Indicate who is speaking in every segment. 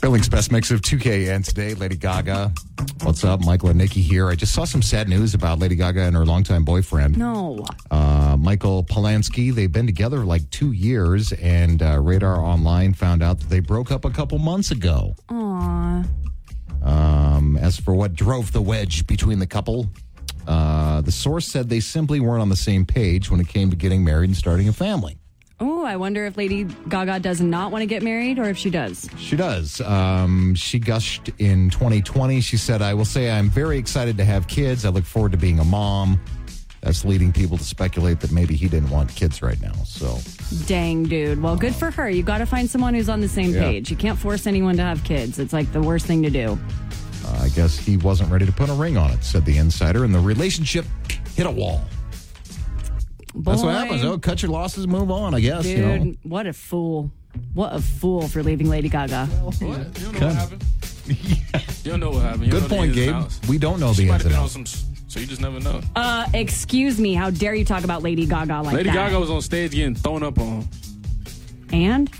Speaker 1: Billings Best Mix of 2KN today. Lady Gaga. What's up? Michael and Nikki here. I just saw some sad news about Lady Gaga and her longtime boyfriend,
Speaker 2: No.
Speaker 1: uh, Michael Polanski. They've been together like two years, and uh, Radar Online found out that they broke up a couple months ago.
Speaker 2: Aw.
Speaker 1: Um, as for what drove the wedge between the couple, uh, the source said they simply weren't on the same page when it came to getting married and starting a family.
Speaker 2: Oh, I wonder if Lady Gaga does not want to get married or if she does.
Speaker 1: She does. Um, she gushed in 2020. She said, I will say I'm very excited to have kids. I look forward to being a mom. That's leading people to speculate that maybe he didn't want kids right now. So,
Speaker 2: Dang, dude. Well, good for her. You got to find someone who's on the same
Speaker 1: Yeah.
Speaker 2: page. You can't force anyone to have kids. It's like the worst thing to do.
Speaker 1: uh, I guess he wasn't ready to put a ring on it, said the insider. And the relationship hit a wall. That's what
Speaker 2: Boy,
Speaker 1: happens. Oh, cut your losses, move on, I guess.
Speaker 2: Dude,
Speaker 1: you know.
Speaker 2: what a fool. What a fool for leaving Lady Gaga.
Speaker 3: What? You don't know what happened? You don't know what happened. You
Speaker 1: Good
Speaker 3: don't know the
Speaker 1: point,
Speaker 3: ins and
Speaker 1: Gabe.
Speaker 3: outs.
Speaker 1: We don't know
Speaker 3: She
Speaker 1: the
Speaker 3: might
Speaker 1: ins
Speaker 3: have
Speaker 1: and
Speaker 3: been on
Speaker 1: outs.
Speaker 3: some, s- so you just never know.
Speaker 2: Uh, excuse me. How dare you talk about Lady Gaga like
Speaker 3: Lady
Speaker 2: that?
Speaker 3: Gaga was on stage getting thrown up on.
Speaker 2: and?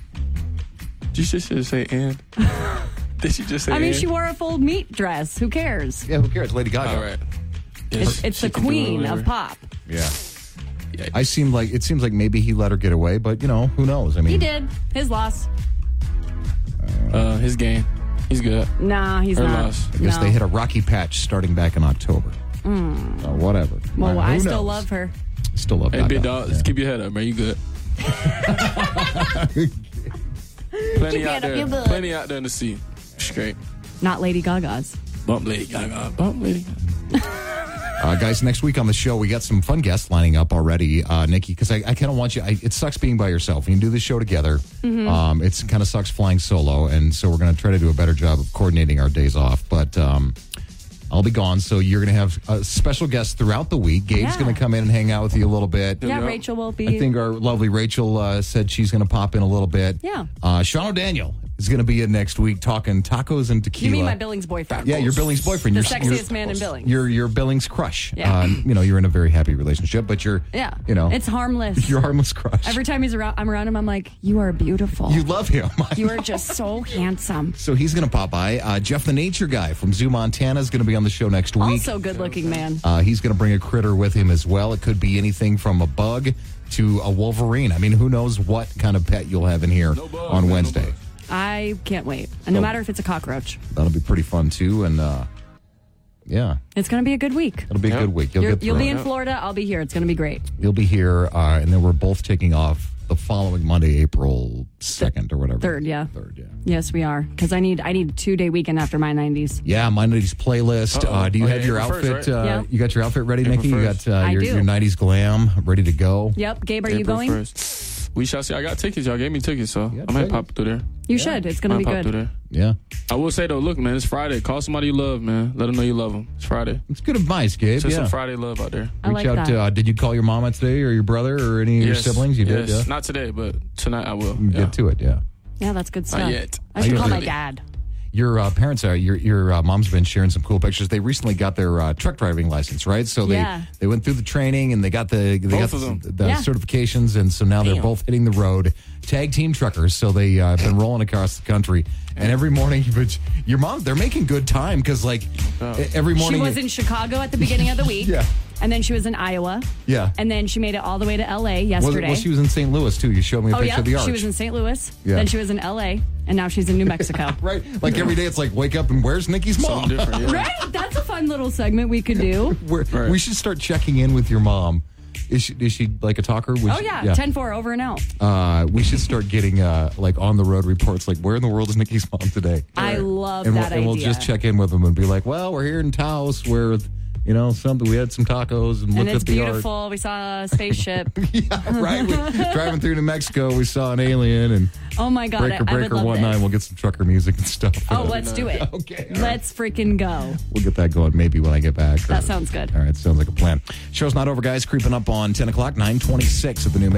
Speaker 3: You should, should say and. Did she just say
Speaker 2: I mean,
Speaker 3: and?
Speaker 2: she wore a full meat dress. Who cares?
Speaker 1: Yeah, who cares? Lady Gaga.
Speaker 3: All right.
Speaker 2: It's, it's the queen of pop.
Speaker 1: Yeah.
Speaker 3: Yikes.
Speaker 1: I seem like it seems like maybe he let her get away, but you know who knows? I mean,
Speaker 2: He did. His loss.
Speaker 3: Uh, his game. He's good.
Speaker 2: Nah, he's
Speaker 3: Her
Speaker 2: not.
Speaker 3: loss.
Speaker 1: I guess
Speaker 2: No. Hmm.
Speaker 1: they hit a rocky patch starting back in October. So whatever.
Speaker 2: Well,
Speaker 1: Who
Speaker 2: I still
Speaker 1: knows?
Speaker 2: love her.
Speaker 1: Still love.
Speaker 3: Hey,
Speaker 1: Gaga.
Speaker 3: big dog, just
Speaker 1: Yeah.
Speaker 3: keep your head up, man. You good. plenty
Speaker 2: your
Speaker 3: out
Speaker 2: head up,
Speaker 3: there.
Speaker 2: you good.
Speaker 3: Plenty out there in the sea. Straight.
Speaker 2: Not Lady Gaga's.
Speaker 3: Bump Lady Gaga. Bump Lady Gaga.
Speaker 1: Uh, guys, next week on the show, we got some fun guests lining up already, uh, Nikki, because I, I kind of want you. I, it sucks being by yourself. You can do this show together.
Speaker 2: Mm-hmm.
Speaker 1: Um, it's kind of sucks flying solo, and so we're going to try to do a better job of coordinating our days off. But um, I'll be gone, so you're going to have uh, special guests throughout the week. Gabe's
Speaker 2: Yeah.
Speaker 1: going to come in and hang out with you a little bit.
Speaker 2: Yeah,
Speaker 3: Yeah.
Speaker 2: Rachel will be.
Speaker 1: I think our lovely Rachel uh, said she's going to pop in a little bit.
Speaker 2: Yeah.
Speaker 1: Uh, Sean O'Daniel is going to be in next week talking tacos and tequila.
Speaker 2: you mean my Billings boyfriend?
Speaker 1: Yeah, your Billings boyfriend.
Speaker 2: The
Speaker 1: your,
Speaker 2: sexiest
Speaker 1: your-
Speaker 2: man in Billings.
Speaker 1: Your your Billings crush.
Speaker 2: Yeah.
Speaker 1: Uh, you know, you're in a very happy relationship, but you're
Speaker 2: Yeah.
Speaker 1: you know
Speaker 2: It's harmless.
Speaker 1: Your harmless crush.
Speaker 2: Every time he's around, I'm around him. I'm like, you are beautiful.
Speaker 1: you love him.
Speaker 2: You are just so handsome.
Speaker 1: so he's going to pop by. Uh, Jeff, the nature guy from Zoo Montana, is going to be on the show next week.
Speaker 2: Also, good looking man.
Speaker 1: Uh, he's going to bring a critter with him as well. It could be anything from a bug to a wolverine. I mean, who knows what kind of pet you'll have in here
Speaker 3: No bugs,
Speaker 1: on
Speaker 3: man, no
Speaker 1: Wednesday.
Speaker 3: bugs.
Speaker 2: I can't wait.
Speaker 1: Oh.
Speaker 2: And no matter if it's a cockroach,
Speaker 1: That'll be pretty fun too. And uh, yeah,
Speaker 2: it's going to be a good week.
Speaker 1: it'll be
Speaker 3: Yeah.
Speaker 1: a good week. You'll
Speaker 2: You're,
Speaker 1: get
Speaker 2: you'll
Speaker 1: through
Speaker 2: be
Speaker 1: it.
Speaker 2: in Florida. I'll be here. It's going to be great.
Speaker 1: You'll be here, uh, and then we're both taking off the following Monday, April second or whatever.
Speaker 2: Third, yeah.
Speaker 1: Third, yeah.
Speaker 2: Yes, we are. Because I need I need two day weekend after my 90s.
Speaker 1: Yeah, my '90s playlist.
Speaker 3: Uh-oh.
Speaker 1: Uh, do you
Speaker 3: Oh,
Speaker 1: have
Speaker 3: yeah,
Speaker 1: your
Speaker 3: April
Speaker 1: outfit?
Speaker 3: 1st,
Speaker 1: uh,
Speaker 3: right?
Speaker 2: Yeah.
Speaker 1: You got your outfit ready,
Speaker 3: April
Speaker 1: Nikki. You
Speaker 3: 1st.
Speaker 1: got uh,
Speaker 2: I
Speaker 1: your,
Speaker 2: do.
Speaker 1: your '90s glam ready to go.
Speaker 2: Yep. Gabe, are you
Speaker 3: April
Speaker 2: going?
Speaker 3: 1st. We shall see. I got tickets. Y'all gave me tickets, so
Speaker 1: got
Speaker 3: I might
Speaker 1: tickets.
Speaker 3: pop through there.
Speaker 2: You should. It's going to
Speaker 3: Might
Speaker 2: be
Speaker 3: pop through
Speaker 2: good.
Speaker 3: there.
Speaker 1: Yeah,
Speaker 3: I will say though, look, man, it's Friday. Call somebody you love, man. Let them know you love them. It's Friday.
Speaker 1: it's good advice, Gabe.
Speaker 3: Just
Speaker 1: yeah.
Speaker 3: some Friday love out there.
Speaker 2: I
Speaker 1: Reach
Speaker 2: like
Speaker 1: out
Speaker 2: that.
Speaker 1: to. Uh, did you call your mama today, or your brother, or any of your
Speaker 3: Yes,
Speaker 1: siblings? You did.
Speaker 3: yes.
Speaker 1: Yeah.
Speaker 3: Not today, but tonight I will.
Speaker 1: Get
Speaker 3: Yeah.
Speaker 1: to it. Yeah.
Speaker 2: yeah, that's good stuff.
Speaker 3: yet.
Speaker 2: I should
Speaker 1: Not
Speaker 2: call my
Speaker 3: yet.
Speaker 2: dad.
Speaker 1: Your uh, parents are your your uh, mom's been sharing some cool pictures. They recently got their uh, truck driving license, right? So they
Speaker 2: Yeah.
Speaker 1: they went through the training and they got the they got
Speaker 3: Both of them.
Speaker 1: the, the
Speaker 2: Yeah.
Speaker 1: certifications, and so now they're
Speaker 2: Damn.
Speaker 1: both hitting the road, tag team truckers. So they uh, have been rolling across the country, and every morning, but your mom they're making good time because like
Speaker 3: Oh.
Speaker 1: e- every
Speaker 2: She
Speaker 1: morning,
Speaker 2: was in Chicago at the beginning of the week.
Speaker 1: Yeah.
Speaker 2: And then she was in Iowa.
Speaker 1: Yeah.
Speaker 2: And then she made it all the way to LA
Speaker 1: well,
Speaker 2: yesterday.
Speaker 1: well, she was in St. Louis too. You showed me a
Speaker 2: oh,
Speaker 1: picture
Speaker 2: yeah.
Speaker 1: of the arch.
Speaker 2: She was in St. Louis.
Speaker 1: Yeah.
Speaker 2: Then she was in LA. And now she's in New Mexico.
Speaker 1: Right, like every day, it's like wake up and where's Nikki's mom?
Speaker 3: Something different. Yeah.
Speaker 2: Right? That's a fun little segment we could do.
Speaker 1: We're-
Speaker 3: Right.
Speaker 1: We should start checking in with your mom. Is she, is she like a talker? Would
Speaker 2: Oh,
Speaker 1: she-
Speaker 2: yeah. ten four over and out.
Speaker 1: uh, we should start getting uh, like on the road reports. Like, where in the world is Nikki's mom today?
Speaker 2: I love
Speaker 1: and
Speaker 2: that
Speaker 1: we'll, and we'll
Speaker 2: idea.
Speaker 1: just check in with them and be like, "Well, we're here in Taos, where you know something. We had some tacos and,
Speaker 2: And
Speaker 1: looked
Speaker 2: it's
Speaker 1: at the
Speaker 2: beautiful. We saw a spaceship.
Speaker 1: art. right, we, driving through New Mexico, we saw an alien and
Speaker 2: Oh, my God.
Speaker 1: breaker
Speaker 2: I, I would
Speaker 1: breaker
Speaker 2: love
Speaker 1: one
Speaker 2: this.
Speaker 1: nine. We'll get some trucker music and stuff.
Speaker 2: Oh, let's do it.
Speaker 1: Okay.
Speaker 2: Let's freaking go.
Speaker 1: We'll get that going maybe when I get back. or-
Speaker 2: That sounds good.
Speaker 1: All right, sounds like a plan. Show's not over, guys. Creeping up on ten o'clock, nine twenty six at the new.